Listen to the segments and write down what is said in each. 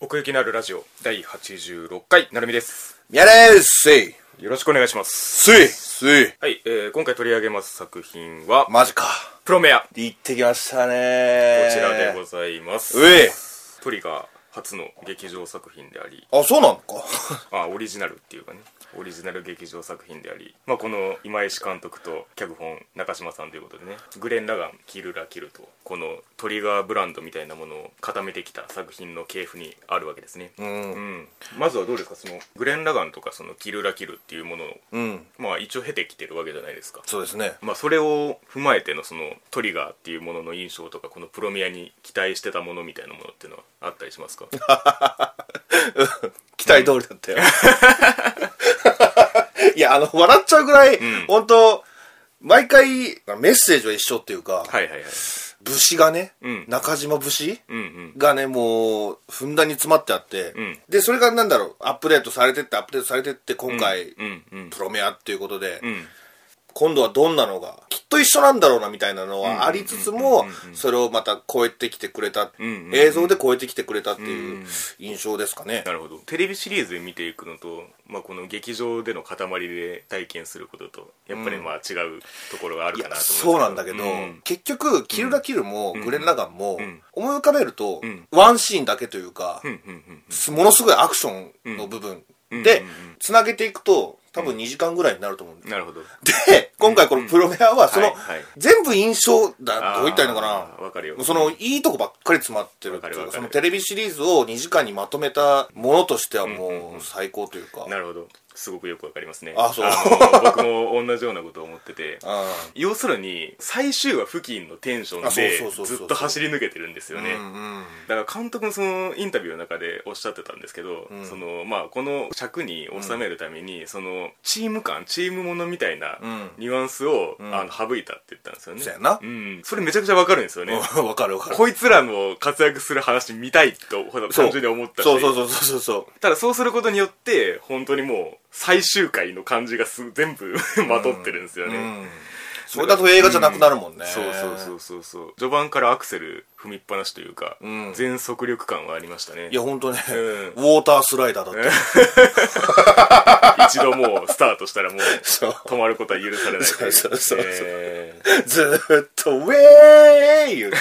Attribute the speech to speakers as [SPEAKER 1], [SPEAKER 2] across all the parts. [SPEAKER 1] 奥行きのあるラジオ第86回なるみです
[SPEAKER 2] やれーせい
[SPEAKER 1] よろしくお願いします
[SPEAKER 2] せいせい
[SPEAKER 1] はい、えー、今回取り上げます作品は
[SPEAKER 2] マジか。
[SPEAKER 1] プロメアこ
[SPEAKER 2] 行ってきましたねー。
[SPEAKER 1] ちらでございます
[SPEAKER 2] うえ
[SPEAKER 1] トリガー初の劇場作品であり
[SPEAKER 2] あ、そうなのか。
[SPEAKER 1] あオリジナルっていうかねオリジナル劇場作品であり、まあ、この今石監督と脚本中島さんということでねグレン・ラガン「キル・ラ・キル」とこのトリガーブランドみたいなものを固めてきた作品の系譜にあるわけですね、
[SPEAKER 2] うん。
[SPEAKER 1] うん、まずはどうですかそのグレン・ラガンとかそのキル・ラ・キルっていうものを、
[SPEAKER 2] うん。
[SPEAKER 1] まあ、一応経てきてるわけじゃないですか、
[SPEAKER 2] そうですね。
[SPEAKER 1] まあ、それを踏まえてのそのトリガーっていうものの印象とかこのプロミアに期待してたものみたいなものっていうのはあったりします か
[SPEAKER 2] 期待通り だったよ。いや、あの、笑っちゃうぐらい、
[SPEAKER 1] ん
[SPEAKER 2] ほんと、毎回、メッセージは一緒っていうか、
[SPEAKER 1] はいはいはい
[SPEAKER 2] 武士がね、
[SPEAKER 1] うん
[SPEAKER 2] 中島武士
[SPEAKER 1] うんうん
[SPEAKER 2] がね、もう、ふんだんに詰まってあって、
[SPEAKER 1] ん
[SPEAKER 2] で、それがなんだろう、アップデートされてって、アップデートされてって、今回、
[SPEAKER 1] うんうん
[SPEAKER 2] プロメアっていうことで、
[SPEAKER 1] うん
[SPEAKER 2] 今度はどんなのがきっと一緒なんだろうなみたいなのはありつつもそれをまた超えてきてくれた
[SPEAKER 1] んうんうん
[SPEAKER 2] 映像で超えてきてくれたっていう印象ですかね
[SPEAKER 1] なるほどテレビシリーズで見ていくのと、まあ、この劇場での塊で体験することとやっぱりまあ違うところがある
[SPEAKER 2] い
[SPEAKER 1] か
[SPEAKER 2] や
[SPEAKER 1] なと
[SPEAKER 2] そう
[SPEAKER 1] 思
[SPEAKER 2] なんだけど、結局キルラキルもグレン・ラガンも
[SPEAKER 1] ん
[SPEAKER 2] 思い浮かべると
[SPEAKER 1] ん
[SPEAKER 2] ワンシーンだけというか
[SPEAKER 1] うんうんうん
[SPEAKER 2] ものすごいアクションの部分
[SPEAKER 1] う
[SPEAKER 2] で
[SPEAKER 1] んうん
[SPEAKER 2] つなげていくと多分2時間ぐらいになると思うん
[SPEAKER 1] う
[SPEAKER 2] で
[SPEAKER 1] んなるほど
[SPEAKER 2] で今回このプロメアはその
[SPEAKER 1] はいはい
[SPEAKER 2] 全部印象だ
[SPEAKER 1] あー
[SPEAKER 2] どう言ったらいいのかな
[SPEAKER 1] わかるよ
[SPEAKER 2] そのいいとこばっかり詰まってるって
[SPEAKER 1] わかる
[SPEAKER 2] い
[SPEAKER 1] わ
[SPEAKER 2] う
[SPEAKER 1] か
[SPEAKER 2] か
[SPEAKER 1] る
[SPEAKER 2] そのテレビシリーズを2時間にまとめたものとしてはもう最高というか、
[SPEAKER 1] なるほどすごくよくわかりますね
[SPEAKER 2] あそう
[SPEAKER 1] の僕も同じようなことを思ってて
[SPEAKER 2] う
[SPEAKER 1] 要するに最終話付近のテンショ
[SPEAKER 2] あ
[SPEAKER 1] ン
[SPEAKER 2] そう
[SPEAKER 1] で
[SPEAKER 2] そうそうそう
[SPEAKER 1] ずっと走り抜けてるんですよね、
[SPEAKER 2] んうんうん
[SPEAKER 1] だから監督のそのインタビューの中でおっしゃってたんですけど、
[SPEAKER 2] ん
[SPEAKER 1] そのまあ、この尺に収めるために、そのチーム感チームものみたいな
[SPEAKER 2] うん
[SPEAKER 1] ニュアンスを、
[SPEAKER 2] ん
[SPEAKER 1] あの省いたって言ったんですよね
[SPEAKER 2] そうやな
[SPEAKER 1] うん、それめちゃくちゃわかるんですよね
[SPEAKER 2] うん わかるわかる
[SPEAKER 1] こいつらの活躍する話見たいとほら単純に思ったし
[SPEAKER 2] そうそうそうそうそうそう
[SPEAKER 1] ただそうすることによって本当にもう最終回の感じがす全部 まとってるんですよね、
[SPEAKER 2] うんそれだと映画じゃなくなるもんね、
[SPEAKER 1] そうそうそうそうそう序盤からアクセル踏みっぱなしというか、
[SPEAKER 2] ん
[SPEAKER 1] 全速力感はありましたね
[SPEAKER 2] いやほんとね、
[SPEAKER 1] う
[SPEAKER 2] ウォータースライダーだった、
[SPEAKER 1] 一度もうスタートしたら もう
[SPEAKER 2] そう
[SPEAKER 1] 止まることは許されないとい
[SPEAKER 2] そうそうそうそう
[SPEAKER 1] えー
[SPEAKER 2] ずーっと、ウェーイ言 うて。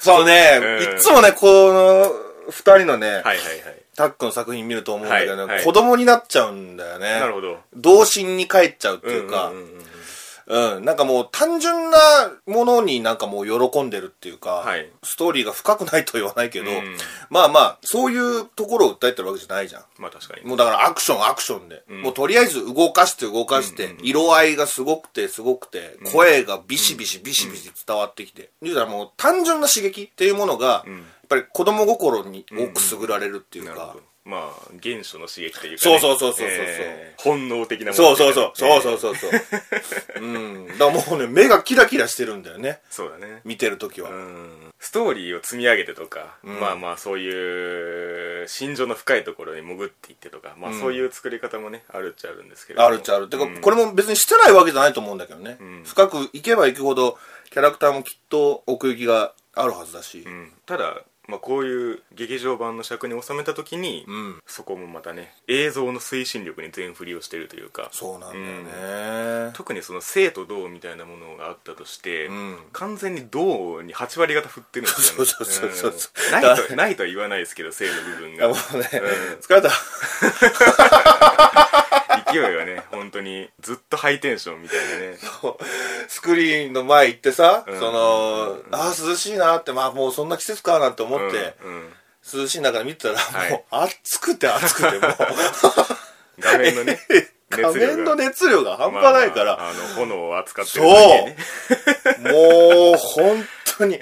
[SPEAKER 2] そうね、
[SPEAKER 1] うん
[SPEAKER 2] いっつもね、この二人のね、
[SPEAKER 1] はいはいはい
[SPEAKER 2] タックの作品見ると思うんだけど、ね
[SPEAKER 1] はいはい
[SPEAKER 2] 子供になっちゃうんだよね。
[SPEAKER 1] なるほど
[SPEAKER 2] 童心に帰っちゃうっていうか、
[SPEAKER 1] う
[SPEAKER 2] うん
[SPEAKER 1] う
[SPEAKER 2] ん
[SPEAKER 1] んうんうん
[SPEAKER 2] なんかもう単純なものになんかもう喜んでるっていうか、
[SPEAKER 1] はい
[SPEAKER 2] ストーリーが深くないとは言わないけど、
[SPEAKER 1] うん
[SPEAKER 2] まあまあ、そういうところを訴えてるわけじゃないじゃん。
[SPEAKER 1] まあ確かに
[SPEAKER 2] もうだからアクションアクションで、もうとりあえず動かして動かして、色合いがすごくてすごくて、声がビシビシビシビシ伝わってきて、言うたらもう単純な刺激っていうものが、やっぱり子供心に多くすぐられるっていう
[SPEAKER 1] な
[SPEAKER 2] か、
[SPEAKER 1] るほどまあ原初の刺激というか、
[SPEAKER 2] そ
[SPEAKER 1] ね、
[SPEAKER 2] うそうそうそうそうそう
[SPEAKER 1] えー本能的なもの
[SPEAKER 2] そうそうそう、
[SPEAKER 1] といかね
[SPEAKER 2] そうそうそうそううんだからもうね目がキラキラしてるんだよね
[SPEAKER 1] そうだね
[SPEAKER 2] 見てる時は、
[SPEAKER 1] うんストーリーを積み上げてとか、まあまあそういう心情の深いところに潜っていってとか、まあそういう作り方もね、あるっちゃあるんですけれども
[SPEAKER 2] あるっちゃある。てか、これも別にしてないわけじゃないと思うんだけどね。深くいけばいくほど、キャラクターもきっと奥行きがあるはずだし。
[SPEAKER 1] うんただ、まあ、こういう劇場版の尺に収めた時に、
[SPEAKER 2] ん
[SPEAKER 1] そこもまたね映像の推進力に全振りをしてるというか
[SPEAKER 2] そうなんだよね、
[SPEAKER 1] 特にその生と動みたいなものがあったとして、
[SPEAKER 2] ん
[SPEAKER 1] 完全に動に8割方振ってるんですよね
[SPEAKER 2] そうそうそうそう
[SPEAKER 1] うんないとないとは言わないですけど生の部分
[SPEAKER 2] い
[SPEAKER 1] が
[SPEAKER 2] やもうね、疲れた。
[SPEAKER 1] 勢いはね本当にずっとハイテンションみたいなね
[SPEAKER 2] スクリーンの前行ってさ、
[SPEAKER 1] ん
[SPEAKER 2] その、ああ、涼しいなって、まあもうそんな季節かなんて思って、
[SPEAKER 1] うんうん
[SPEAKER 2] 涼しい中で見てたら、
[SPEAKER 1] はい
[SPEAKER 2] もう暑くて暑くて、もう、
[SPEAKER 1] 画面の ね
[SPEAKER 2] 画面の
[SPEAKER 1] ね
[SPEAKER 2] 熱量が半端ないから、
[SPEAKER 1] あの炎を扱って
[SPEAKER 2] そ
[SPEAKER 1] る
[SPEAKER 2] う
[SPEAKER 1] だけね
[SPEAKER 2] もう、本当に。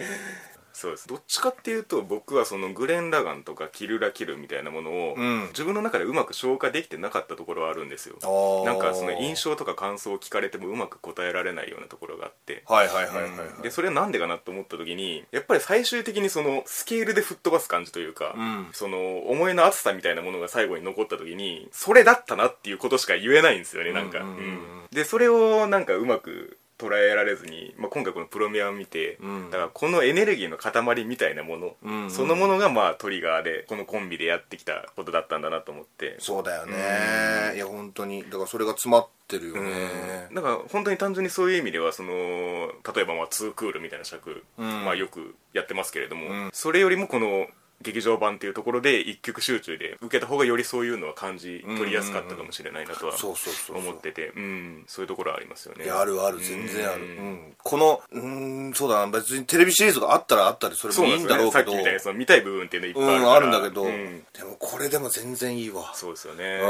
[SPEAKER 1] そうですどっちかっていうと僕はそのグレン・ラガンとかキル・ラ・キルみたいなものを、
[SPEAKER 2] うん
[SPEAKER 1] 自分の中でうまく消化できてなかったところはあるんですよ
[SPEAKER 2] あー
[SPEAKER 1] なんかその印象とか感想を聞かれてもうまく答えられないようなところがあって
[SPEAKER 2] はいはいはいはい、はい
[SPEAKER 1] でそれはなんでかなと思った時にやっぱり最終的にそのスケールで吹っ飛ばす感じというか、
[SPEAKER 2] ん
[SPEAKER 1] その思いの厚さみたいなものが最後に残った時にそれだったなっていうことしか言えないんですよねなんか、
[SPEAKER 2] うんうんうんうん
[SPEAKER 1] うんでそれをなんかうまく捉えられずに、まあ、今回このプロメアを見て、だからこのエネルギーの塊みたいなもの、
[SPEAKER 2] うん
[SPEAKER 1] そのものがまあトリガーでこのコンビでやってきたことだったんだなと思って
[SPEAKER 2] そうだよねいや本当にだからそれが詰まってるよね
[SPEAKER 1] だから本当に単純にそういう意味ではその例えばまあ2クールみたいな尺、
[SPEAKER 2] ん
[SPEAKER 1] まあ、よくやってますけれども、それよりもこの劇場版っていうところで一曲集中で受けた方がよりそういうのは感じ取りやすかったかもしれないなとは
[SPEAKER 2] そうそうそうそう
[SPEAKER 1] 思っててうんそういうところはありますよね
[SPEAKER 2] いやあるある全然ある、うん、このうーんそうだな別にテレビシリーズがあったらあったりそれ
[SPEAKER 1] そ
[SPEAKER 2] も
[SPEAKER 1] う
[SPEAKER 2] い
[SPEAKER 1] ないん
[SPEAKER 2] い
[SPEAKER 1] で
[SPEAKER 2] ん
[SPEAKER 1] す
[SPEAKER 2] だ
[SPEAKER 1] よねさっき
[SPEAKER 2] ろうけど
[SPEAKER 1] みたいにその見たい部分っていうのいっぱ
[SPEAKER 2] う
[SPEAKER 1] いあるから
[SPEAKER 2] ん、あるんだけど、
[SPEAKER 1] うん
[SPEAKER 2] でもこれでも全然いいわ
[SPEAKER 1] そうですよね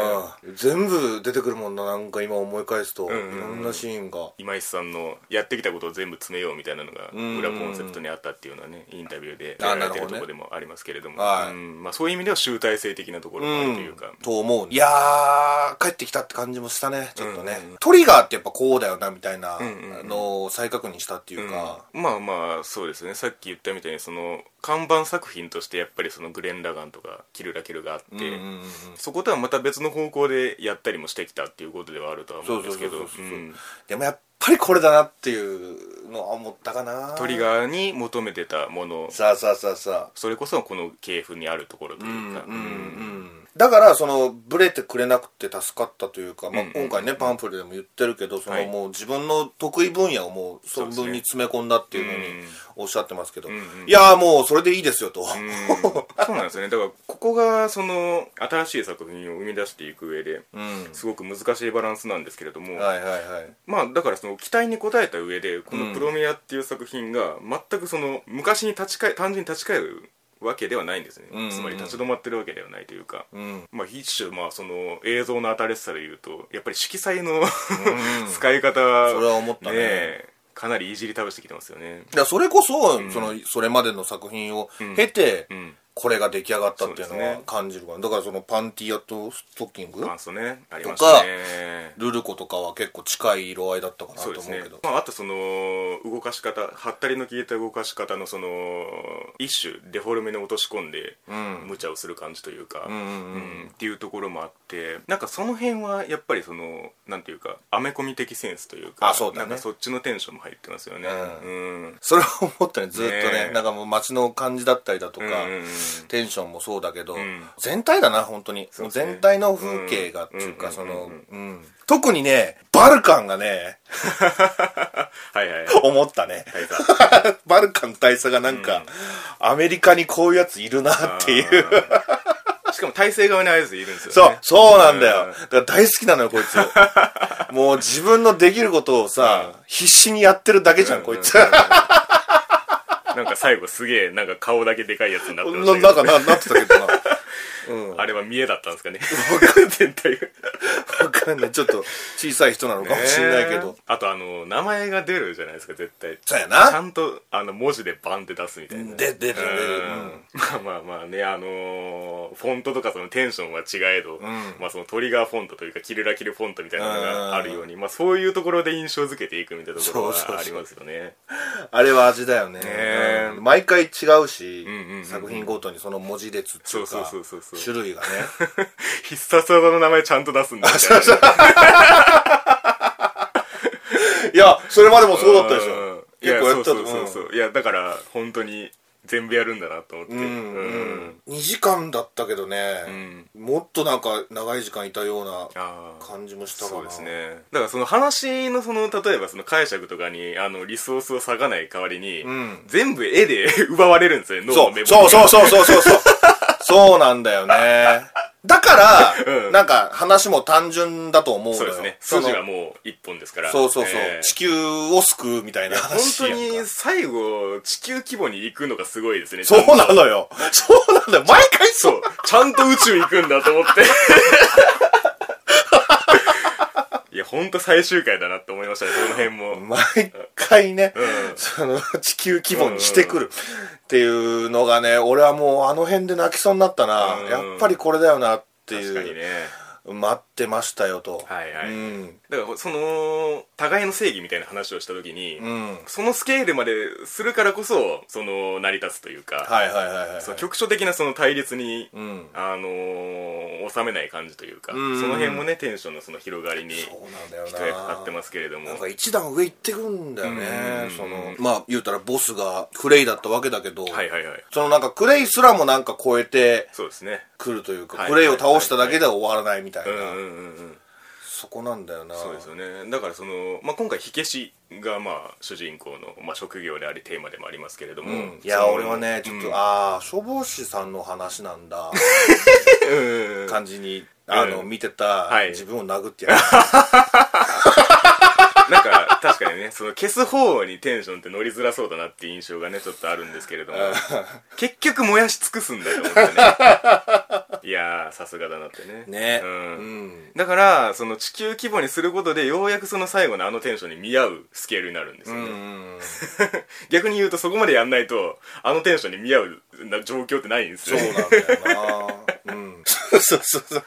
[SPEAKER 2] うん全部出てくるもんななんか今思い返すと、
[SPEAKER 1] んうんうん
[SPEAKER 2] いろんなシーンが
[SPEAKER 1] 今井さんのやってきたことを全部詰めようみたいなのが
[SPEAKER 2] んうん
[SPEAKER 1] 裏コンセプトにあったっていうのはねインタビューで
[SPEAKER 2] あ
[SPEAKER 1] やられてると
[SPEAKER 2] な
[SPEAKER 1] ころ
[SPEAKER 2] るほどね
[SPEAKER 1] でもありますけれども
[SPEAKER 2] はい
[SPEAKER 1] うんまあ、そういう意味では集大成的なところもあるというか、
[SPEAKER 2] と思ういやー帰ってきたって感じもしたねちょっとね、トリガーってやっぱこうだよなみたいなのを再確認したっていうか、
[SPEAKER 1] まあまあそうですねさっき言ったみたいにその看板作品としてやっぱりそのグレン・ラガンとかキル・ラキルがあって、
[SPEAKER 2] うんうんうん
[SPEAKER 1] そことはまた別の方向でやったりもしてきたっていうことではあるとは思
[SPEAKER 2] そ
[SPEAKER 1] うん
[SPEAKER 2] う
[SPEAKER 1] で
[SPEAKER 2] そう
[SPEAKER 1] すけ
[SPEAKER 2] そうそ
[SPEAKER 1] ど
[SPEAKER 2] うそう、
[SPEAKER 1] うん
[SPEAKER 2] でもやっぱりこれだなっていうのは思ったかな
[SPEAKER 1] トリガーに求めてたもの
[SPEAKER 2] さあさあさあさあ
[SPEAKER 1] それこそこの系譜にあるところというか、うん
[SPEAKER 2] だからそのブレてくれなくて助かったというか、まあ
[SPEAKER 1] うん、うん
[SPEAKER 2] 今回ねパンフレでも言ってるけどそ
[SPEAKER 1] は
[SPEAKER 2] の
[SPEAKER 1] い
[SPEAKER 2] もう自分の得意分野をもう
[SPEAKER 1] そう
[SPEAKER 2] 存
[SPEAKER 1] ですね
[SPEAKER 2] 分に詰め込んだっていうふ
[SPEAKER 1] う
[SPEAKER 2] うに
[SPEAKER 1] ん
[SPEAKER 2] おっしゃってますけど、
[SPEAKER 1] んうん
[SPEAKER 2] いやーもうそれでいいですよと、
[SPEAKER 1] うんそうなんですよねだからここがその新しい作品を生み出していく上で
[SPEAKER 2] うん
[SPEAKER 1] すごく難しいバランスなんですけれども、
[SPEAKER 2] はいはいはい
[SPEAKER 1] まあだからその期待に応えた上でこ
[SPEAKER 2] うん
[SPEAKER 1] の「プロメア」っていう作品が全くその昔に立ち返単純に立ち返るわけではないんですね、
[SPEAKER 2] うんうんうん
[SPEAKER 1] つまり立ち止まってるわけではないというか、
[SPEAKER 2] うん
[SPEAKER 1] まあ一種まあその映像の新しさでいうとやっぱり色彩の使い方は
[SPEAKER 2] それは思ったね
[SPEAKER 1] えかなりいじり倒してきてますよね
[SPEAKER 2] だからそれこそ,、そのそれまでの作品を経て、
[SPEAKER 1] うん
[SPEAKER 2] これが出来上がったっていうの
[SPEAKER 1] そうで
[SPEAKER 2] は
[SPEAKER 1] すね
[SPEAKER 2] 感じるから、だからそのパンティアとストッキング
[SPEAKER 1] 感想ねありましたね
[SPEAKER 2] ルルコとかは結構近い色合いだったかなと
[SPEAKER 1] そう
[SPEAKER 2] 思う
[SPEAKER 1] で
[SPEAKER 2] け
[SPEAKER 1] すね
[SPEAKER 2] ど、
[SPEAKER 1] まあ、あとその動かし方はったりの効いた動かし方のその一種デフォルメに落とし込んで
[SPEAKER 2] うん
[SPEAKER 1] 無茶をする感じというか、
[SPEAKER 2] うんうんうん
[SPEAKER 1] うんっていうところもあってなんかその辺はやっぱりそのなんていうかアメコミ的センスというか
[SPEAKER 2] あそうだね
[SPEAKER 1] なんかそっちのテンションも入ってますよね
[SPEAKER 2] う
[SPEAKER 1] うん
[SPEAKER 2] それは思ったねずっとね
[SPEAKER 1] ねえ
[SPEAKER 2] なんかもう街の感じだったりだとか、
[SPEAKER 1] うんうんうん
[SPEAKER 2] テンションもそうだけど、
[SPEAKER 1] ん
[SPEAKER 2] 全体だな本当に
[SPEAKER 1] そうですね
[SPEAKER 2] 全体の風景がっていう
[SPEAKER 1] う
[SPEAKER 2] か
[SPEAKER 1] ん
[SPEAKER 2] そ
[SPEAKER 1] うん
[SPEAKER 2] の
[SPEAKER 1] う
[SPEAKER 2] うん特にねバルカンがね
[SPEAKER 1] はいはい
[SPEAKER 2] 思ったね
[SPEAKER 1] 大佐
[SPEAKER 2] バルカン大佐がなんか、アメリカにこういうやついるなっていう
[SPEAKER 1] あーしかも体制側にあいついるんですよね
[SPEAKER 2] そう、そうなんだよ
[SPEAKER 1] うん。
[SPEAKER 2] だから大好きなのよ、こいつ。 もう自分のできることをさ、必死にやってるだけじゃん、こいつ。
[SPEAKER 1] なんか最後すげえなんか顔だけでかいやつになってました け
[SPEAKER 2] な
[SPEAKER 1] ど
[SPEAKER 2] なんかな、なってたけどな。
[SPEAKER 1] あれは見えだったんですかね僕全体が
[SPEAKER 2] わかんない。ちょっと小さい人なのかもしれないけど。
[SPEAKER 1] あとあの名前が出るじゃないですか絶対
[SPEAKER 2] そうや
[SPEAKER 1] ちゃ
[SPEAKER 2] な。
[SPEAKER 1] んとあの文字でバンって出すみたいな
[SPEAKER 2] で、出る、出る。
[SPEAKER 1] うんまあまあまあねあのーフォントとかそのテンションは違えど、まあ、そのトリガーフォントというかキルラキルフォントみたいなのがあるように、まあ、そういうところで印象づけていくみたいなところ
[SPEAKER 2] そうそうそう
[SPEAKER 1] はありますよね
[SPEAKER 2] あれは味だよね。
[SPEAKER 1] え
[SPEAKER 2] うん毎回違うし、
[SPEAKER 1] んうんうんうん
[SPEAKER 2] 作品ごとにその文字列っていう
[SPEAKER 1] そう
[SPEAKER 2] か
[SPEAKER 1] そうそうそう、そう
[SPEAKER 2] 種類がね。
[SPEAKER 1] 必殺技の名前ちゃんと出すんだみたいな
[SPEAKER 2] いや、それまでもそうだったでしょ。
[SPEAKER 1] うんいや
[SPEAKER 2] 結構やった
[SPEAKER 1] そうそうそうそう、いやだから本当に全部やるんだなと思ってうん
[SPEAKER 2] うん2時間だったけどね、もっとなんか長い時間いたような
[SPEAKER 1] ああ
[SPEAKER 2] 感じもしたかな
[SPEAKER 1] そうですねだからその話のその例えばその解釈とかにあのリソースを割かない代わりに、
[SPEAKER 2] ん
[SPEAKER 1] 全部絵で 奪われるんですよね脳
[SPEAKER 2] そ
[SPEAKER 1] のメモ
[SPEAKER 2] うそう
[SPEAKER 1] う
[SPEAKER 2] そうそうそうそうそうそうなんだよねだから、
[SPEAKER 1] うん
[SPEAKER 2] なんか話も単純だと思うのよ
[SPEAKER 1] そうですね
[SPEAKER 2] その
[SPEAKER 1] 筋がもう一本ですから
[SPEAKER 2] そうそうそう、
[SPEAKER 1] ええ
[SPEAKER 2] 地球を救うみたいな
[SPEAKER 1] 本
[SPEAKER 2] 話
[SPEAKER 1] 当
[SPEAKER 2] やんか
[SPEAKER 1] に最後地球規模に行くのがすごいですね
[SPEAKER 2] そうなのよそうなんだよ毎回そう
[SPEAKER 1] そうちゃんと宇宙行くんだと思って いや本当最終回だなって思いましたねその辺も、
[SPEAKER 2] 毎回ね、
[SPEAKER 1] うん
[SPEAKER 2] その地球規模にしてくるっていうのがね俺はもうあの辺で泣きそうになったな、
[SPEAKER 1] うん
[SPEAKER 2] やっぱりこれだよなっていう
[SPEAKER 1] 確かにね
[SPEAKER 2] 待ってましたよと。
[SPEAKER 1] はいはい
[SPEAKER 2] うん。
[SPEAKER 1] だからその互いの正義みたいな話をした時に、
[SPEAKER 2] うん。
[SPEAKER 1] そのスケールまでするからこそその成り立つというか、
[SPEAKER 2] はいはいはいはい。
[SPEAKER 1] そう局所的なその対立に、
[SPEAKER 2] うん。
[SPEAKER 1] あのー収めない感じというか、
[SPEAKER 2] うん
[SPEAKER 1] その辺もねテンションのその広がりに
[SPEAKER 2] そうなんだよな。
[SPEAKER 1] 一役買ってますけれども
[SPEAKER 2] なんか一段上行ってくんだよね
[SPEAKER 1] う。ん
[SPEAKER 2] その、まあ言うたらボスがクレイだったわけだけど、
[SPEAKER 1] はいはいはい
[SPEAKER 2] そのなんかクレイすらもなんか超えて
[SPEAKER 1] そうですね
[SPEAKER 2] くるというか、
[SPEAKER 1] はい
[SPEAKER 2] クレイを倒しただけでは終わらないみたい
[SPEAKER 1] うんう
[SPEAKER 2] な。
[SPEAKER 1] んうんうん
[SPEAKER 2] そこなんだよな。
[SPEAKER 1] そうですよねだからその、まあ、今回火消しがまあ主人公の、まあ、職業でありテーマでもありますけれども、
[SPEAKER 2] うんい
[SPEAKER 1] そ
[SPEAKER 2] や
[SPEAKER 1] の
[SPEAKER 2] 俺はねちょっと、
[SPEAKER 1] うん
[SPEAKER 2] ああ消防士さんの話なんだ感じにあの、
[SPEAKER 1] うん
[SPEAKER 2] 見てた、
[SPEAKER 1] はい
[SPEAKER 2] 自分を殴ってやる
[SPEAKER 1] なんか確かにねその消す方にテンションって乗りづらそうだなっていう印象がねちょっとあるんですけれども結局燃やし尽くすんだと思ってね いやーさすがだなってね
[SPEAKER 2] ね
[SPEAKER 1] う、
[SPEAKER 2] うんん
[SPEAKER 1] だからその地球規模にすることでようやくその最後のあのテンションに見合うスケールになるんですよ
[SPEAKER 2] う
[SPEAKER 1] ね、
[SPEAKER 2] ん
[SPEAKER 1] 逆に言うとそこまでやんないとあのテンションに見合うな状況ってないんです
[SPEAKER 2] そ
[SPEAKER 1] よ
[SPEAKER 2] うなんだよな、うん、そうそう そう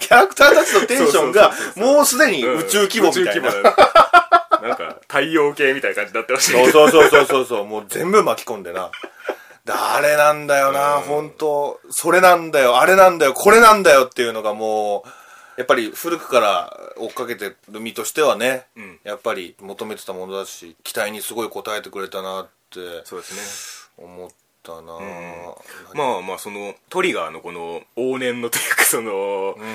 [SPEAKER 2] キャラクターたちのテンションがもうすでに
[SPEAKER 1] うん
[SPEAKER 2] 宇宙規模みたいな、
[SPEAKER 1] 宇宙規模ななんか太陽系みたいな感じになってましたけ
[SPEAKER 2] そ
[SPEAKER 1] ど
[SPEAKER 2] うそうそうそうそうそうもう全部巻き込んでな誰なんだよな、本当それなんだよあれなんだよこれなんだよっていうのがもうやっぱり古くから追っかけてる身としてはね、
[SPEAKER 1] ん
[SPEAKER 2] やっぱり求めてたものだし期待にすごい応えてくれたなって
[SPEAKER 1] そうですね
[SPEAKER 2] 思ったな、
[SPEAKER 1] まあまあそのトリガーのこの往年のというかその、
[SPEAKER 2] うん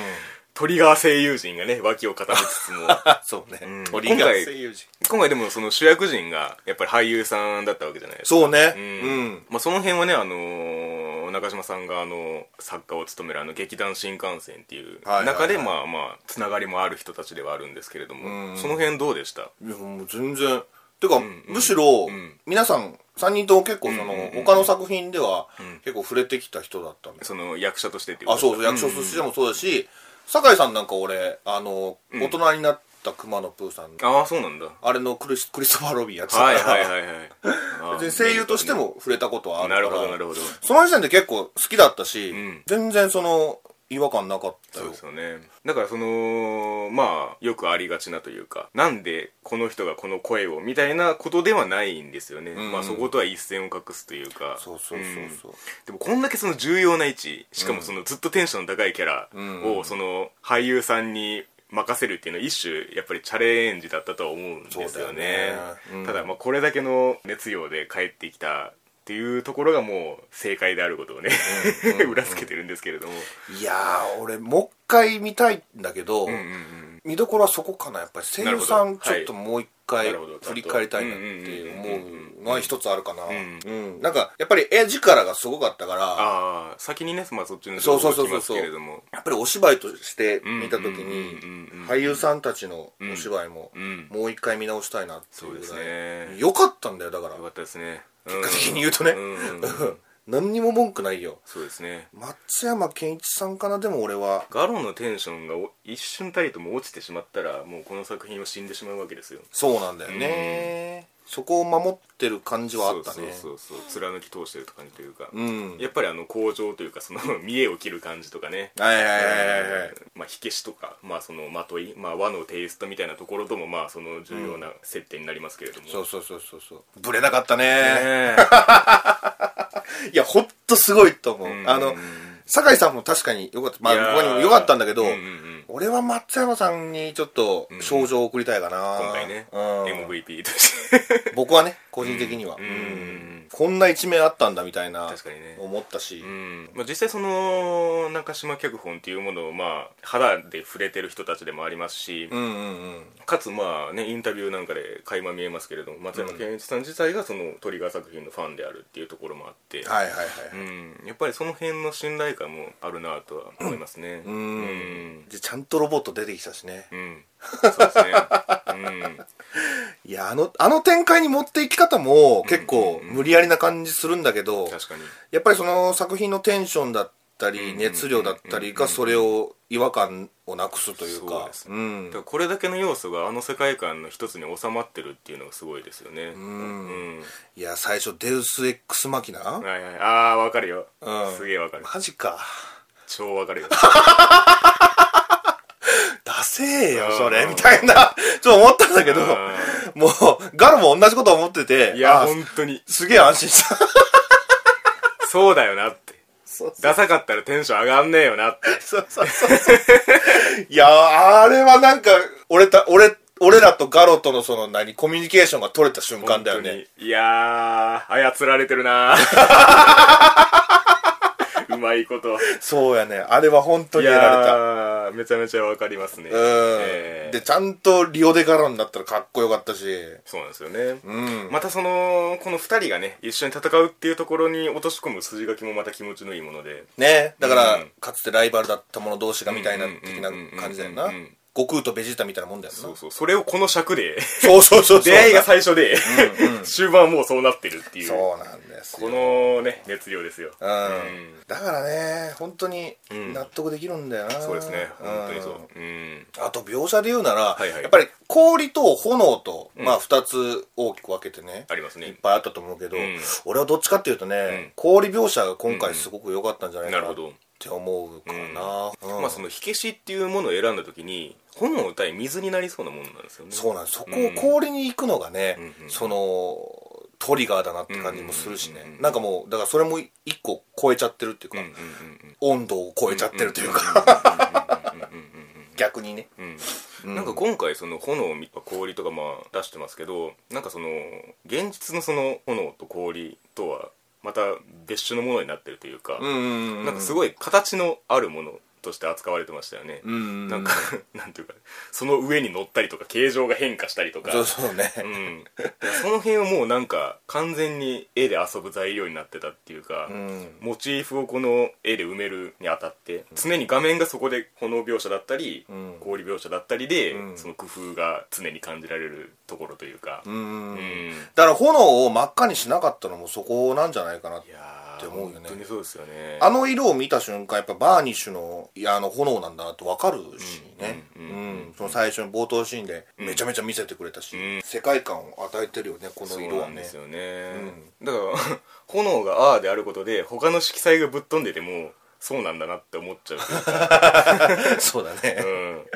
[SPEAKER 1] トリガー声優陣がね脇を固めつ つも
[SPEAKER 2] そうね、
[SPEAKER 1] ん
[SPEAKER 2] 鳥が声優陣
[SPEAKER 1] 今回でもその主役陣がやっぱり俳優さんだったわけじゃないですか
[SPEAKER 2] そうね
[SPEAKER 1] うんまあ、その辺はね、あのー中島さんが、あのー作家を務めるあの劇団新幹線っていう
[SPEAKER 2] はいはいはい
[SPEAKER 1] 中で、まあまあつながりもある人たちではあるんですけれども、その辺どうでした
[SPEAKER 2] いやもう全然てか、むしろ、
[SPEAKER 1] ん
[SPEAKER 2] 皆さん3人とも結構その、
[SPEAKER 1] うんうんうん
[SPEAKER 2] 他の作品では、結構触れてきた人だったんです、
[SPEAKER 1] その役者としてっていう
[SPEAKER 2] あそうそう役所
[SPEAKER 1] ん
[SPEAKER 2] 寿司でもそうだし、酒井さんなんか俺あの、大人になった熊野プーさん
[SPEAKER 1] ああそうなんだは
[SPEAKER 2] あれのクリスクリストファー・ロビンやってたか
[SPEAKER 1] い
[SPEAKER 2] ら、
[SPEAKER 1] はいはいはいあー
[SPEAKER 2] 別に声優としても触れたことはある
[SPEAKER 1] な
[SPEAKER 2] から
[SPEAKER 1] るほどなるほど
[SPEAKER 2] その時点で結構好きだったし、
[SPEAKER 1] ん
[SPEAKER 2] 全然その違和感なかった
[SPEAKER 1] そう
[SPEAKER 2] よ
[SPEAKER 1] ですよねだからそのまあよくありがちなというかなんでこの人がこの声をみたいなことではないんですよね、
[SPEAKER 2] ん
[SPEAKER 1] まあそことは一線を画すというか
[SPEAKER 2] そうそうそうそう、
[SPEAKER 1] でもこんだけその重要な位置しかもそのずっとテンションの高いキャラをその俳優さんに任せるっていうのは一種やっぱりチャレンジだったとは思うんです
[SPEAKER 2] そうだ
[SPEAKER 1] よ
[SPEAKER 2] よ
[SPEAKER 1] ね
[SPEAKER 2] ねうん
[SPEAKER 1] ただまあこれだけの熱量で帰ってきたっていうところがもう正解であることをね、 裏付けてるんですけれども、
[SPEAKER 2] いやー俺もう一回見たいんだけど、
[SPEAKER 1] うんうん
[SPEAKER 2] 見どころはそこかなやっぱり声優さん
[SPEAKER 1] なるほ
[SPEAKER 2] ち
[SPEAKER 1] ど
[SPEAKER 2] ょっともう一回
[SPEAKER 1] はいなるほど
[SPEAKER 2] 振り返りたいなって思うのは一つあるかなうんん、なんかやっぱり絵力がすごかったから
[SPEAKER 1] ああ先にね、まあ、そっちの
[SPEAKER 2] そ
[SPEAKER 1] 情
[SPEAKER 2] う
[SPEAKER 1] 報
[SPEAKER 2] そうそ
[SPEAKER 1] が
[SPEAKER 2] う
[SPEAKER 1] 来
[SPEAKER 2] そ
[SPEAKER 1] ま
[SPEAKER 2] う
[SPEAKER 1] すけれども
[SPEAKER 2] やっぱりお芝居として見た
[SPEAKER 1] うん
[SPEAKER 2] 時
[SPEAKER 1] うんうんうんうん
[SPEAKER 2] に俳優さんたちのお芝居も
[SPEAKER 1] ん
[SPEAKER 2] もう一回見直したいなってい
[SPEAKER 1] そ
[SPEAKER 2] う
[SPEAKER 1] うです
[SPEAKER 2] ぐら
[SPEAKER 1] ね
[SPEAKER 2] いよかったんだよだから
[SPEAKER 1] よかったですね
[SPEAKER 2] 結果的に言うとね
[SPEAKER 1] うんうんうん
[SPEAKER 2] 何にも文句ないよ
[SPEAKER 1] そうですね
[SPEAKER 2] 松山ケンイチさんかなでも俺は
[SPEAKER 1] ガロのテンションがお一瞬たりとも落ちてしまったらもうこの作品は死んでしまうわけですよ
[SPEAKER 2] そうなんだよねそこを守ってる感じはあったね
[SPEAKER 1] そうそうそうそう貫き通してる感じというか、
[SPEAKER 2] うん
[SPEAKER 1] やっぱりあの向上というかその見栄を切る感じとかね
[SPEAKER 2] はいはいはいはいはい
[SPEAKER 1] まあ、火消しとか、まあ、そのまとい、まあ、和のテイストみたいなところともまあその重要な設定になりますけれども、
[SPEAKER 2] そうそうそうそうそうぶれなかった
[SPEAKER 1] ね
[SPEAKER 2] ねいやほんとすごいと思う、
[SPEAKER 1] ん
[SPEAKER 2] あの酒井さんも確かによかったまあ
[SPEAKER 1] いやー
[SPEAKER 2] 他にもよかったんだけど、
[SPEAKER 1] うんうんうん
[SPEAKER 2] 俺は松山さんにちょっと賞状を送りたいかな、
[SPEAKER 1] 今回ね、
[SPEAKER 2] うん
[SPEAKER 1] MVP として
[SPEAKER 2] 僕はね個人的には、うん
[SPEAKER 1] ん
[SPEAKER 2] こんな一面あったんだみたい な
[SPEAKER 1] 確かにね
[SPEAKER 2] 思ったし、
[SPEAKER 1] うんまあ、実際その中島脚本っていうものをまあ肌で触れてる人たちでもありますし、
[SPEAKER 2] うんうんうん
[SPEAKER 1] かつまあねインタビューなんかで垣間見えますけれども松山ケンイチさん自体がそのトリガー作品のファンであるっていうところもあって、
[SPEAKER 2] はいはいはい、
[SPEAKER 1] うん、やっぱりその辺の信頼感もあるなとは思いますねうんうん
[SPEAKER 2] でちゃんとロボット出てきたしね、
[SPEAKER 1] うんそうですね、うん、
[SPEAKER 2] いやあのあの展開に持っていき方も結構無理やりな感じするんだけど、
[SPEAKER 1] 確かに
[SPEAKER 2] やっぱりその作品のテンションだったり熱量だったりがそれを違和感をなくすという
[SPEAKER 1] そう
[SPEAKER 2] か
[SPEAKER 1] です
[SPEAKER 2] う
[SPEAKER 1] だ
[SPEAKER 2] ん
[SPEAKER 1] からこれだけの要素があの世界観の一つに収まってるっていうのがすごいですよねうん、
[SPEAKER 2] いや最初「デウス・エックス・マキナ
[SPEAKER 1] はいはいああわかるよ、
[SPEAKER 2] うん
[SPEAKER 1] すげえわか」る
[SPEAKER 2] マジか
[SPEAKER 1] 超わかるよ
[SPEAKER 2] ダセえよ、それ、みたいな、 ちょっと思ったんだ けど、もう、ガロも同じこと思ってて、
[SPEAKER 1] いや
[SPEAKER 2] あ
[SPEAKER 1] 本当に
[SPEAKER 2] すげえ安心した。
[SPEAKER 1] そうだよなって
[SPEAKER 2] そう
[SPEAKER 1] ダサかったらテンション上がんねえよなって
[SPEAKER 2] そうそうそう。 いやあれはなんか、俺た、俺、俺らとガロとのその何、コミュニケーションが取れた瞬間だよね。
[SPEAKER 1] 本当にいやー操られてるな ーうまいこと
[SPEAKER 2] そうやね。あれは本当
[SPEAKER 1] い
[SPEAKER 2] にやられた。
[SPEAKER 1] やーめちゃめちゃわかりますね、
[SPEAKER 2] うん
[SPEAKER 1] えー
[SPEAKER 2] で、ちゃんとリオデガロになったらかっこよかったし。
[SPEAKER 1] そうなんですよね、
[SPEAKER 2] うん。
[SPEAKER 1] またそのこの2人がね一緒に戦うっていうところに落とし込む筋書きもまた気持ちのいいもので
[SPEAKER 2] ねだから、
[SPEAKER 1] うん
[SPEAKER 2] かつてライバルだった者同士がみたいな
[SPEAKER 1] うん
[SPEAKER 2] 的な感じだよ
[SPEAKER 1] う
[SPEAKER 2] なん
[SPEAKER 1] うんうんうん。
[SPEAKER 2] 悟空とベジータみたいなもんだよな。
[SPEAKER 1] そうそうそれをこの尺で
[SPEAKER 2] そうそうそうそう。
[SPEAKER 1] 出会いが最初で 終盤はもうそうなってるっていう
[SPEAKER 2] そうなんですよ
[SPEAKER 1] このね熱量ですよ、
[SPEAKER 2] うん
[SPEAKER 1] ん
[SPEAKER 2] だからね本当に
[SPEAKER 1] ん
[SPEAKER 2] 納得できるんだよな、
[SPEAKER 1] そうですね
[SPEAKER 2] ん
[SPEAKER 1] 本当にそううん
[SPEAKER 2] あと描写で言うなら、
[SPEAKER 1] はいはい
[SPEAKER 2] やっぱり氷と炎と、まあ2つ大きく分けてね
[SPEAKER 1] ありますね
[SPEAKER 2] いっぱいあったと思うけど、
[SPEAKER 1] うん
[SPEAKER 2] 俺はどっちかっていうとね、
[SPEAKER 1] ん
[SPEAKER 2] 氷描写が今回すごく良かったんじゃない
[SPEAKER 1] な
[SPEAKER 2] か
[SPEAKER 1] る
[SPEAKER 2] な
[SPEAKER 1] ほ
[SPEAKER 2] っ
[SPEAKER 1] ど
[SPEAKER 2] て思うかな、うん
[SPEAKER 1] まあその火消しっていうものを選んだ時に炎対水になりそうなものなんですよね
[SPEAKER 2] そうなんですそこを氷に行くのがね、
[SPEAKER 1] うん
[SPEAKER 2] そのトリガーだなって感じもするしね、
[SPEAKER 1] うん
[SPEAKER 2] なんかもうだからそれも一個超えちゃってるっていうか、
[SPEAKER 1] うんうんうん
[SPEAKER 2] 温度を超えちゃってるというか、逆にね
[SPEAKER 1] うんなんか今回その炎み氷とかまあ出してますけどなんかその現実のその炎と氷とはまた別種のものになってるというか、
[SPEAKER 2] うん
[SPEAKER 1] なんかすごい形のあるものとして扱われてましたよね、
[SPEAKER 2] うん
[SPEAKER 1] なんか なんていうかその上に乗ったりとか形状が変化したりとか
[SPEAKER 2] そうそうね、
[SPEAKER 1] うん、その辺はもうなんか完全に絵で遊ぶ材料になってたっていうか、
[SPEAKER 2] ん
[SPEAKER 1] モチーフをこの絵で埋めるにあたって常に画面がそこで炎描写だったり、
[SPEAKER 2] ん
[SPEAKER 1] 氷描写だったりで、
[SPEAKER 2] うん
[SPEAKER 1] その工夫が常に感じられるところというか、
[SPEAKER 2] う
[SPEAKER 1] うんい
[SPEAKER 2] だから炎を真っ赤にしなかったのもそこなんじゃないかなって
[SPEAKER 1] や
[SPEAKER 2] って
[SPEAKER 1] ー
[SPEAKER 2] 思うよ
[SPEAKER 1] 本
[SPEAKER 2] ね
[SPEAKER 1] 当にそうですよね
[SPEAKER 2] あの色を見た瞬間やっぱバーニッシュのいやあの炎なんだなって分かるしね
[SPEAKER 1] うん
[SPEAKER 2] うんその最初の冒頭シーンでめちゃめちゃ見せてくれたし、
[SPEAKER 1] うん
[SPEAKER 2] 世界観を与えてるよねこの
[SPEAKER 1] そう
[SPEAKER 2] 色
[SPEAKER 1] な
[SPEAKER 2] は
[SPEAKER 1] ん
[SPEAKER 2] ね
[SPEAKER 1] ですよね、だから炎が「ああ」であることで他の色彩がぶっ飛んでてもそうなんだなって思っちゃうというか
[SPEAKER 2] そうだね、
[SPEAKER 1] うん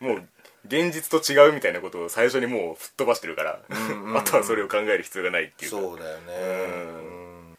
[SPEAKER 1] もう現実と違うみたいなことを最初にもう吹っ飛ばしてるから、あとはそれを考える必要がないっていうか
[SPEAKER 2] そうだよね
[SPEAKER 1] うん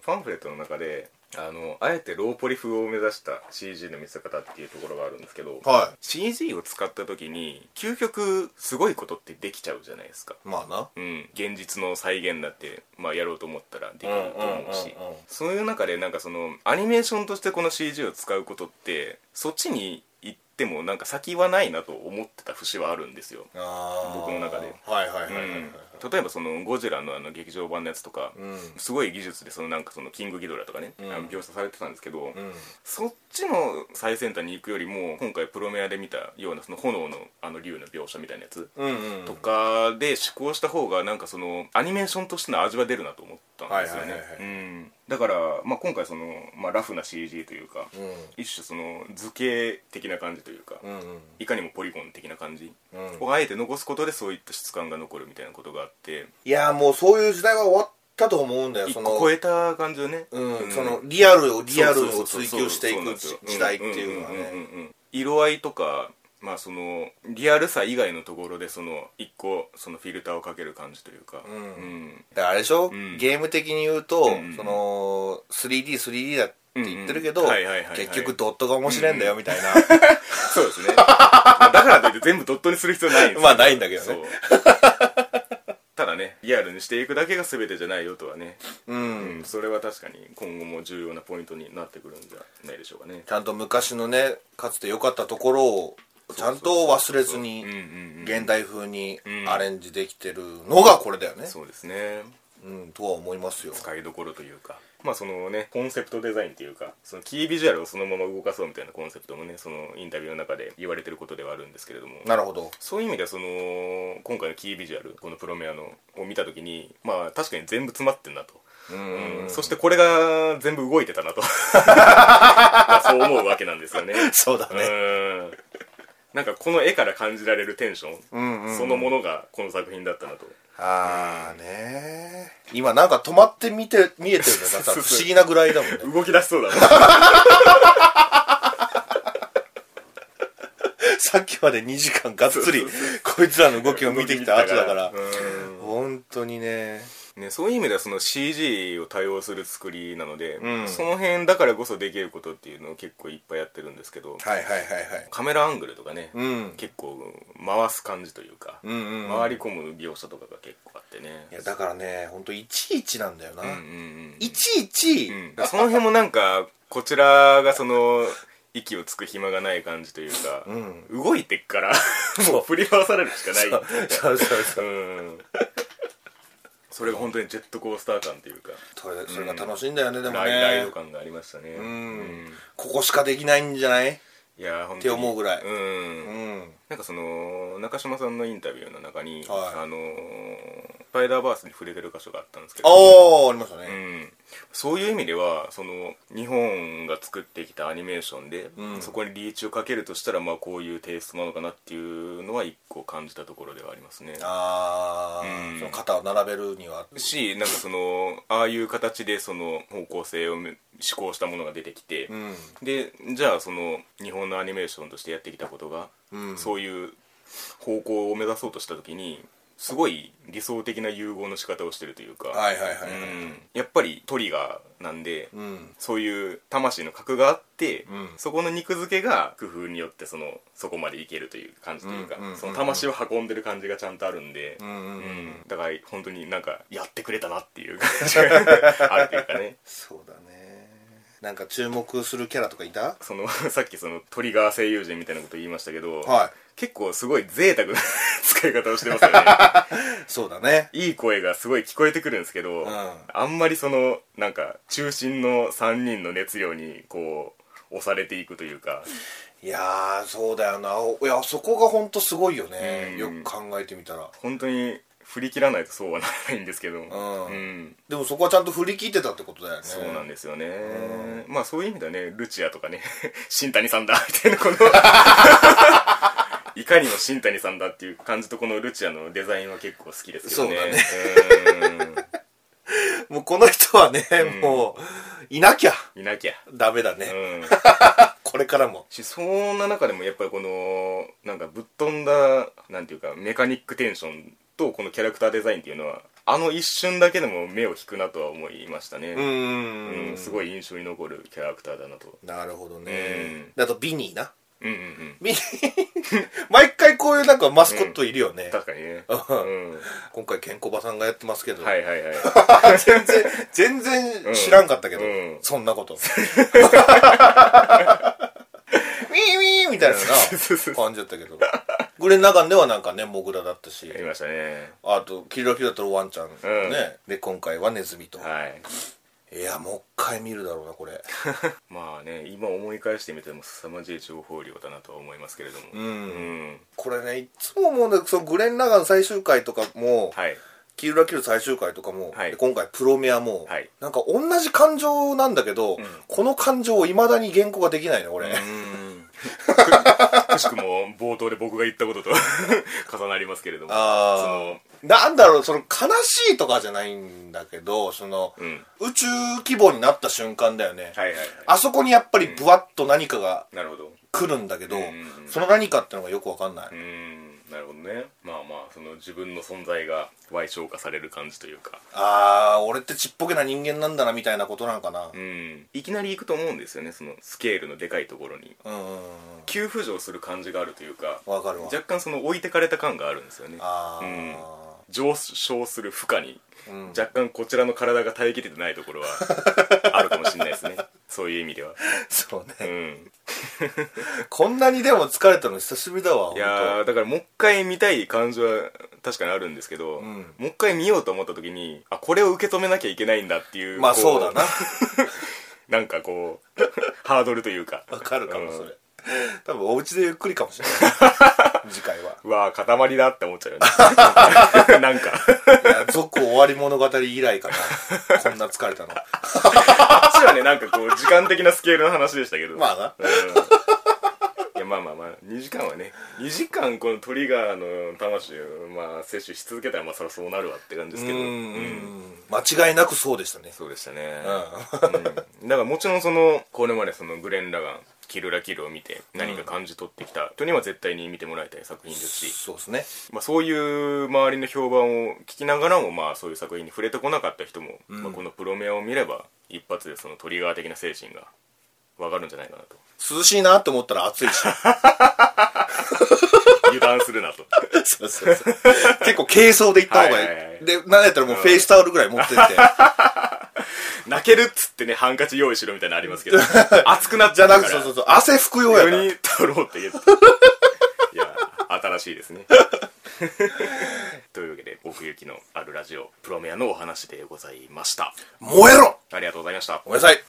[SPEAKER 1] パンフレットの中であのあえてローポリ風を目指した CG の見せ方っていうところがあるんですけど、
[SPEAKER 2] は
[SPEAKER 1] CG を使った時に究極すごいことってできちゃうじゃないですか
[SPEAKER 2] いまあな
[SPEAKER 1] うん、現実の再現だって、まあ、やろうと思ったらできると思うし
[SPEAKER 2] うんうんうんうん
[SPEAKER 1] そういう中でなんかそのアニメーションとしてこの CG を使うことってそっちに行ってもなんか先はないなと思ってた節はあるんですよ、
[SPEAKER 2] あー
[SPEAKER 1] 僕の中で
[SPEAKER 2] はいはいは
[SPEAKER 1] う
[SPEAKER 2] いはいはい、
[SPEAKER 1] ん、例えばそのゴジラのあの劇場版のやつとか、
[SPEAKER 2] ん
[SPEAKER 1] すごい技術でそのなんかそのキングギドラとかね、
[SPEAKER 2] ん
[SPEAKER 1] あの描写されてたんですけど、
[SPEAKER 2] うん
[SPEAKER 1] そっちの最先端に行くよりも今回プロメアで見たようなその炎のあの竜の描写みたいなやつ、
[SPEAKER 2] うんうん
[SPEAKER 1] とかで試行した方がなんかそのアニメーションとしての味は出るなと思ったんですよね
[SPEAKER 2] はいはいはいは
[SPEAKER 1] う
[SPEAKER 2] い
[SPEAKER 1] んだから、まあ、今回その、まあ、ラフな CG というか、
[SPEAKER 2] う
[SPEAKER 1] 一種その図形的な感じというか、
[SPEAKER 2] んうんうん
[SPEAKER 1] いかにもポリゴン的な感じ
[SPEAKER 2] うん
[SPEAKER 1] をあえて残すことでそういった質感が残るみたいなことがあって
[SPEAKER 2] いやーもうそういう時代は終わったと思うんだよ
[SPEAKER 1] 一
[SPEAKER 2] そ
[SPEAKER 1] 個
[SPEAKER 2] の
[SPEAKER 1] 超えた感じをね、
[SPEAKER 2] う
[SPEAKER 1] うん
[SPEAKER 2] ん、そのリアルをリアルを追求してい
[SPEAKER 1] そうなん
[SPEAKER 2] く
[SPEAKER 1] ですよ
[SPEAKER 2] 時代っていうのは
[SPEAKER 1] ん
[SPEAKER 2] ね
[SPEAKER 1] んうんうん色合いとかまあそのリアルさ以外のところでその一個そのフィルターをかける感じというか、
[SPEAKER 2] ん
[SPEAKER 1] うん、
[SPEAKER 2] だからあれでしょ、
[SPEAKER 1] ん
[SPEAKER 2] ゲーム的に言うと、
[SPEAKER 1] ん
[SPEAKER 2] その 3D3D だって言ってるけ
[SPEAKER 1] う
[SPEAKER 2] ど、
[SPEAKER 1] んうんはいはいはいはい
[SPEAKER 2] 結局ドットが面白いんだよみたいな、
[SPEAKER 1] そうです ねまあだからといって全部ドットにする必要ないんですよ
[SPEAKER 2] まあないんだけどね
[SPEAKER 1] そうただねリアルにしていくだけが全てじゃないよとはね、
[SPEAKER 2] うん
[SPEAKER 1] うん、それは確かに今後も重要なポイントになってくるんじゃないでしょうかね
[SPEAKER 2] ちゃんと昔のねかつて良かったところをちゃんと忘れずに
[SPEAKER 1] うんうんうん
[SPEAKER 2] 現代風に
[SPEAKER 1] ん
[SPEAKER 2] アレンジできてるのがこれだよね、
[SPEAKER 1] そうですね
[SPEAKER 2] うん、とは思いますよ
[SPEAKER 1] 使いどころというかまあそのねコンセプトデザインというかそのキービジュアルをそのまま動かそうみたいなコンセプトもねそのインタビューの中で言われてることではあるんですけれども
[SPEAKER 2] なるほど
[SPEAKER 1] そういう意味ではその今回のキービジュアルこのプロメアのを見た時にまあ確かに全部詰まってんなと、うんそしてこれが全部動いて たなとまあそう思うわけなんですよね
[SPEAKER 2] そうだね、
[SPEAKER 1] うんなんかこの絵から感じられるテンション、そのものがこの作品だったなと
[SPEAKER 2] ああねー今なんか止まって見て見えてるのがさ不思議なぐらいだもんね
[SPEAKER 1] 動き出しそうだな
[SPEAKER 2] そ さっきまで2時間がっつりこいつらの動きを見てきた後だから
[SPEAKER 1] うん
[SPEAKER 2] 本当にね
[SPEAKER 1] ね、そういう意味ではその CG を対応する作りなので、
[SPEAKER 2] うん
[SPEAKER 1] その辺だからこそできることっていうのを結構いっぱいやってるんですけど、
[SPEAKER 2] はいはいはいはい
[SPEAKER 1] カメラアングルとかね、
[SPEAKER 2] うん
[SPEAKER 1] 結構回す感じというか、
[SPEAKER 2] うんうんうん
[SPEAKER 1] 回り込む描写とかが結構あってね
[SPEAKER 2] いやだからね本当いちいちなんだよな、
[SPEAKER 1] うんうんうん
[SPEAKER 2] いちいち、
[SPEAKER 1] うん、その辺もなんかこちらがその息をつく暇がない感じというか、動いてっからもう振り回されるしかない
[SPEAKER 2] そうそうそう
[SPEAKER 1] うんそれが本当にジェットコースター感というか
[SPEAKER 2] それそれが楽しいんだよね、でも
[SPEAKER 1] ライライ
[SPEAKER 2] ね
[SPEAKER 1] ド感がありましたねうん
[SPEAKER 2] ここしかできないんじゃない
[SPEAKER 1] いやー本当に
[SPEAKER 2] って思うぐらい
[SPEAKER 1] うん
[SPEAKER 2] うん
[SPEAKER 1] なんかその中島さんのインタビューの中に、
[SPEAKER 2] はい
[SPEAKER 1] あのースパイダーバースに触れてる箇所があったんですけど
[SPEAKER 2] おーありました
[SPEAKER 1] う
[SPEAKER 2] ね、
[SPEAKER 1] ん、そういう意味ではその日本が作ってきたアニメーションで、そこにリーチをかけるとしたら、まあ、こういうテイストなのかなっていうのは一個感じたところではありますね。
[SPEAKER 2] ああ、
[SPEAKER 1] うん
[SPEAKER 2] その肩を並べるには
[SPEAKER 1] しなんかそのああいう形でその方向性をめ思考したものが出てきて、
[SPEAKER 2] うん
[SPEAKER 1] でじゃあその日本のアニメーションとしてやってきたことが、
[SPEAKER 2] うん
[SPEAKER 1] そういう方向を目指そうとした時にすごい理想的な融合の仕方をしてるというか、
[SPEAKER 2] はいはいはいはい、
[SPEAKER 1] うん、やっぱりトリガーなんで、
[SPEAKER 2] うん
[SPEAKER 1] そういう魂の核があって、
[SPEAKER 2] ん
[SPEAKER 1] そこの肉付けが工夫によってそのそこまでいけるという感じというか、
[SPEAKER 2] うんうんうん
[SPEAKER 1] その魂を運んでる感じがちゃんとあるんで、
[SPEAKER 2] うんうん
[SPEAKER 1] うんだから本当になんかやってくれたなっていう感じ があるというかね
[SPEAKER 2] そうだねなんか注目するキャラとかいた
[SPEAKER 1] その さっきそのトリガー声優陣みたいなこと言いましたけど、
[SPEAKER 2] は
[SPEAKER 1] 結構すごい贅沢な 使い方をしてますよ ね
[SPEAKER 2] いそうだね
[SPEAKER 1] いい声がすごい聞こえてくるんですけど、
[SPEAKER 2] ん
[SPEAKER 1] あんまりそのなんか中心の3人の熱量にこう押されていくというか
[SPEAKER 2] いやーそうだよないやそこが本当すごいよ
[SPEAKER 1] う
[SPEAKER 2] ね、
[SPEAKER 1] ん
[SPEAKER 2] よく考えてみたら
[SPEAKER 1] 本当に振り切らないとそうはならないんですけど、
[SPEAKER 2] ん
[SPEAKER 1] うん
[SPEAKER 2] でもそこはちゃんと振り切ってたってことだよね
[SPEAKER 1] そうなん
[SPEAKER 2] だ
[SPEAKER 1] ですよね、まあそういう意味ではねルチアとかね 新谷さんだ みたいなこのいかにも新谷さんだっていう感じとこのルチアのデザインは結構好きですけどね
[SPEAKER 2] もうこの人はね、もういなきゃ
[SPEAKER 1] うんいなきゃ、
[SPEAKER 2] ダメだ
[SPEAKER 1] う
[SPEAKER 2] ね、
[SPEAKER 1] ん、
[SPEAKER 2] これからも
[SPEAKER 1] しそんな中でもやっぱりこのなんかぶっ飛んだなんていうかメカニックテンションとこのキャラクターデザインっていうのはあの一瞬だけでも目を引くなとは思いましたね、
[SPEAKER 2] うん
[SPEAKER 1] うん、すごい印象に残るキャラクターだなと
[SPEAKER 2] なるほど
[SPEAKER 1] うん
[SPEAKER 2] ね、であとビニーな
[SPEAKER 1] うんうん うん
[SPEAKER 2] ビニー毎回こういうなんかマスコットいるよね、
[SPEAKER 1] 確かにね、うん、
[SPEAKER 2] 今回ケンコバさんがやってますけど、
[SPEAKER 1] はいはいはい
[SPEAKER 2] 全然全然知らんかったけど、
[SPEAKER 1] うん
[SPEAKER 2] そん なことウィーウィーみたいな
[SPEAKER 1] そうそう
[SPEAKER 2] な感じだったけどグレン・ラガンではなんかねモグラだったし
[SPEAKER 1] やりましたね
[SPEAKER 2] あとキリラキリだったらワンちゃんね、
[SPEAKER 1] うん
[SPEAKER 2] で今回はネズミと、
[SPEAKER 1] はい
[SPEAKER 2] い、やもう一回見るだろうなこれ
[SPEAKER 1] まあね今思い返してみても凄まじい情報量だなとは思いますけれどもうんん
[SPEAKER 2] これねいつも思うんだけどそのグレン・ラガン最終回とかも、
[SPEAKER 1] はい
[SPEAKER 2] キルラキル最終回とかも、
[SPEAKER 1] はい
[SPEAKER 2] で今回プロメアも、
[SPEAKER 1] はい
[SPEAKER 2] なんか同じ感情なんだけど、この感情をいまだに原稿ができないね俺、
[SPEAKER 1] うんくしくも冒頭で僕が言ったことと 重なりますけれどもそ
[SPEAKER 2] あ
[SPEAKER 1] の
[SPEAKER 2] ーなんだろうその悲しいとかじゃないんだけどその、
[SPEAKER 1] うん
[SPEAKER 2] 宇宙規模になった瞬間だよね、
[SPEAKER 1] はいはいはい
[SPEAKER 2] あそこにやっぱりブワッと何かが
[SPEAKER 1] なるほど
[SPEAKER 2] 来るんだけど、
[SPEAKER 1] うんうんうん
[SPEAKER 2] その何かってのがよくわかんない、
[SPEAKER 1] うんなるほどねまあまあその自分の存在が矮小化される感じというか
[SPEAKER 2] ああ俺ってちっぽけな人間なんだなみたいなことなのかな、
[SPEAKER 1] うんいきなり行くと思うんですよねそのスケールのでかいところに
[SPEAKER 2] うん、うんうん
[SPEAKER 1] 急浮上する感じがあるというか
[SPEAKER 2] わかるわ
[SPEAKER 1] 若干その置いてかれた感があるんですよね
[SPEAKER 2] ああ、
[SPEAKER 1] 上昇する負荷に、
[SPEAKER 2] うん
[SPEAKER 1] 若干こちらの体が耐えきれてないと ころはあるかもしれないですねそういう意味では
[SPEAKER 2] そうね
[SPEAKER 1] うん
[SPEAKER 2] こんなにでも疲れたの久しぶりだわ
[SPEAKER 1] いやーだからもう一回見たい感じは確かにあるんですけど、
[SPEAKER 2] ん
[SPEAKER 1] もう一回見ようと思った時にあこれを受け止めなきゃいけないんだってい
[SPEAKER 2] 本当
[SPEAKER 1] う
[SPEAKER 2] まあ
[SPEAKER 1] こ
[SPEAKER 2] そうだな
[SPEAKER 1] なんかこう ハードルというか
[SPEAKER 2] わかるかも
[SPEAKER 1] うん
[SPEAKER 2] それ、多分お家でゆっくりかもし れない次回は
[SPEAKER 1] うわー塊だって思っちゃう よねなんか
[SPEAKER 2] いや続終わり物語以来かなこんな疲れたの
[SPEAKER 1] こっちはねなんかこう時間的なスケールの話でしたけど
[SPEAKER 2] まあな
[SPEAKER 1] うんいやまあまあまあ2時間はね2時間このトリガーの魂をまあ摂取し続けたらまあそりゃそうなるわって感じですけどうん
[SPEAKER 2] 間違いなくそうでしたね
[SPEAKER 1] そうでしたね、うんだからもちろんそのこれまでそのグレン・ラガンキルラキルを見て何か感じ取ってきた人には絶対に見てもらいたい作品ですし、
[SPEAKER 2] そうですね
[SPEAKER 1] まあ、そういう周りの評判を聞きながらも、まあ、そういう作品に触れてこなかった人も、まあ、このプロメアを見れば一発でそのトリガー的な精神がわかるんじゃないかなと
[SPEAKER 2] 涼しいなと思ったら暑 いし
[SPEAKER 1] 油断するなと
[SPEAKER 2] そうそうそう結構軽装で行った方がいい,、
[SPEAKER 1] はいはいはい
[SPEAKER 2] でなんやったらもうフェイスタオルぐらい持ってって、
[SPEAKER 1] 泣けるっつってねハンカチ用意しろみたいなのありますけど 熱くなっち
[SPEAKER 2] じ
[SPEAKER 1] ゃ
[SPEAKER 2] ゃ
[SPEAKER 1] うから
[SPEAKER 2] なくてそうそうそう汗拭くようや
[SPEAKER 1] 世
[SPEAKER 2] から
[SPEAKER 1] に取ろうって言ういや新しいですねというわけで奥行きのあるラジオプロメアのお話でございました
[SPEAKER 2] 燃えろ
[SPEAKER 1] ありがとうございました
[SPEAKER 2] ごめんなさい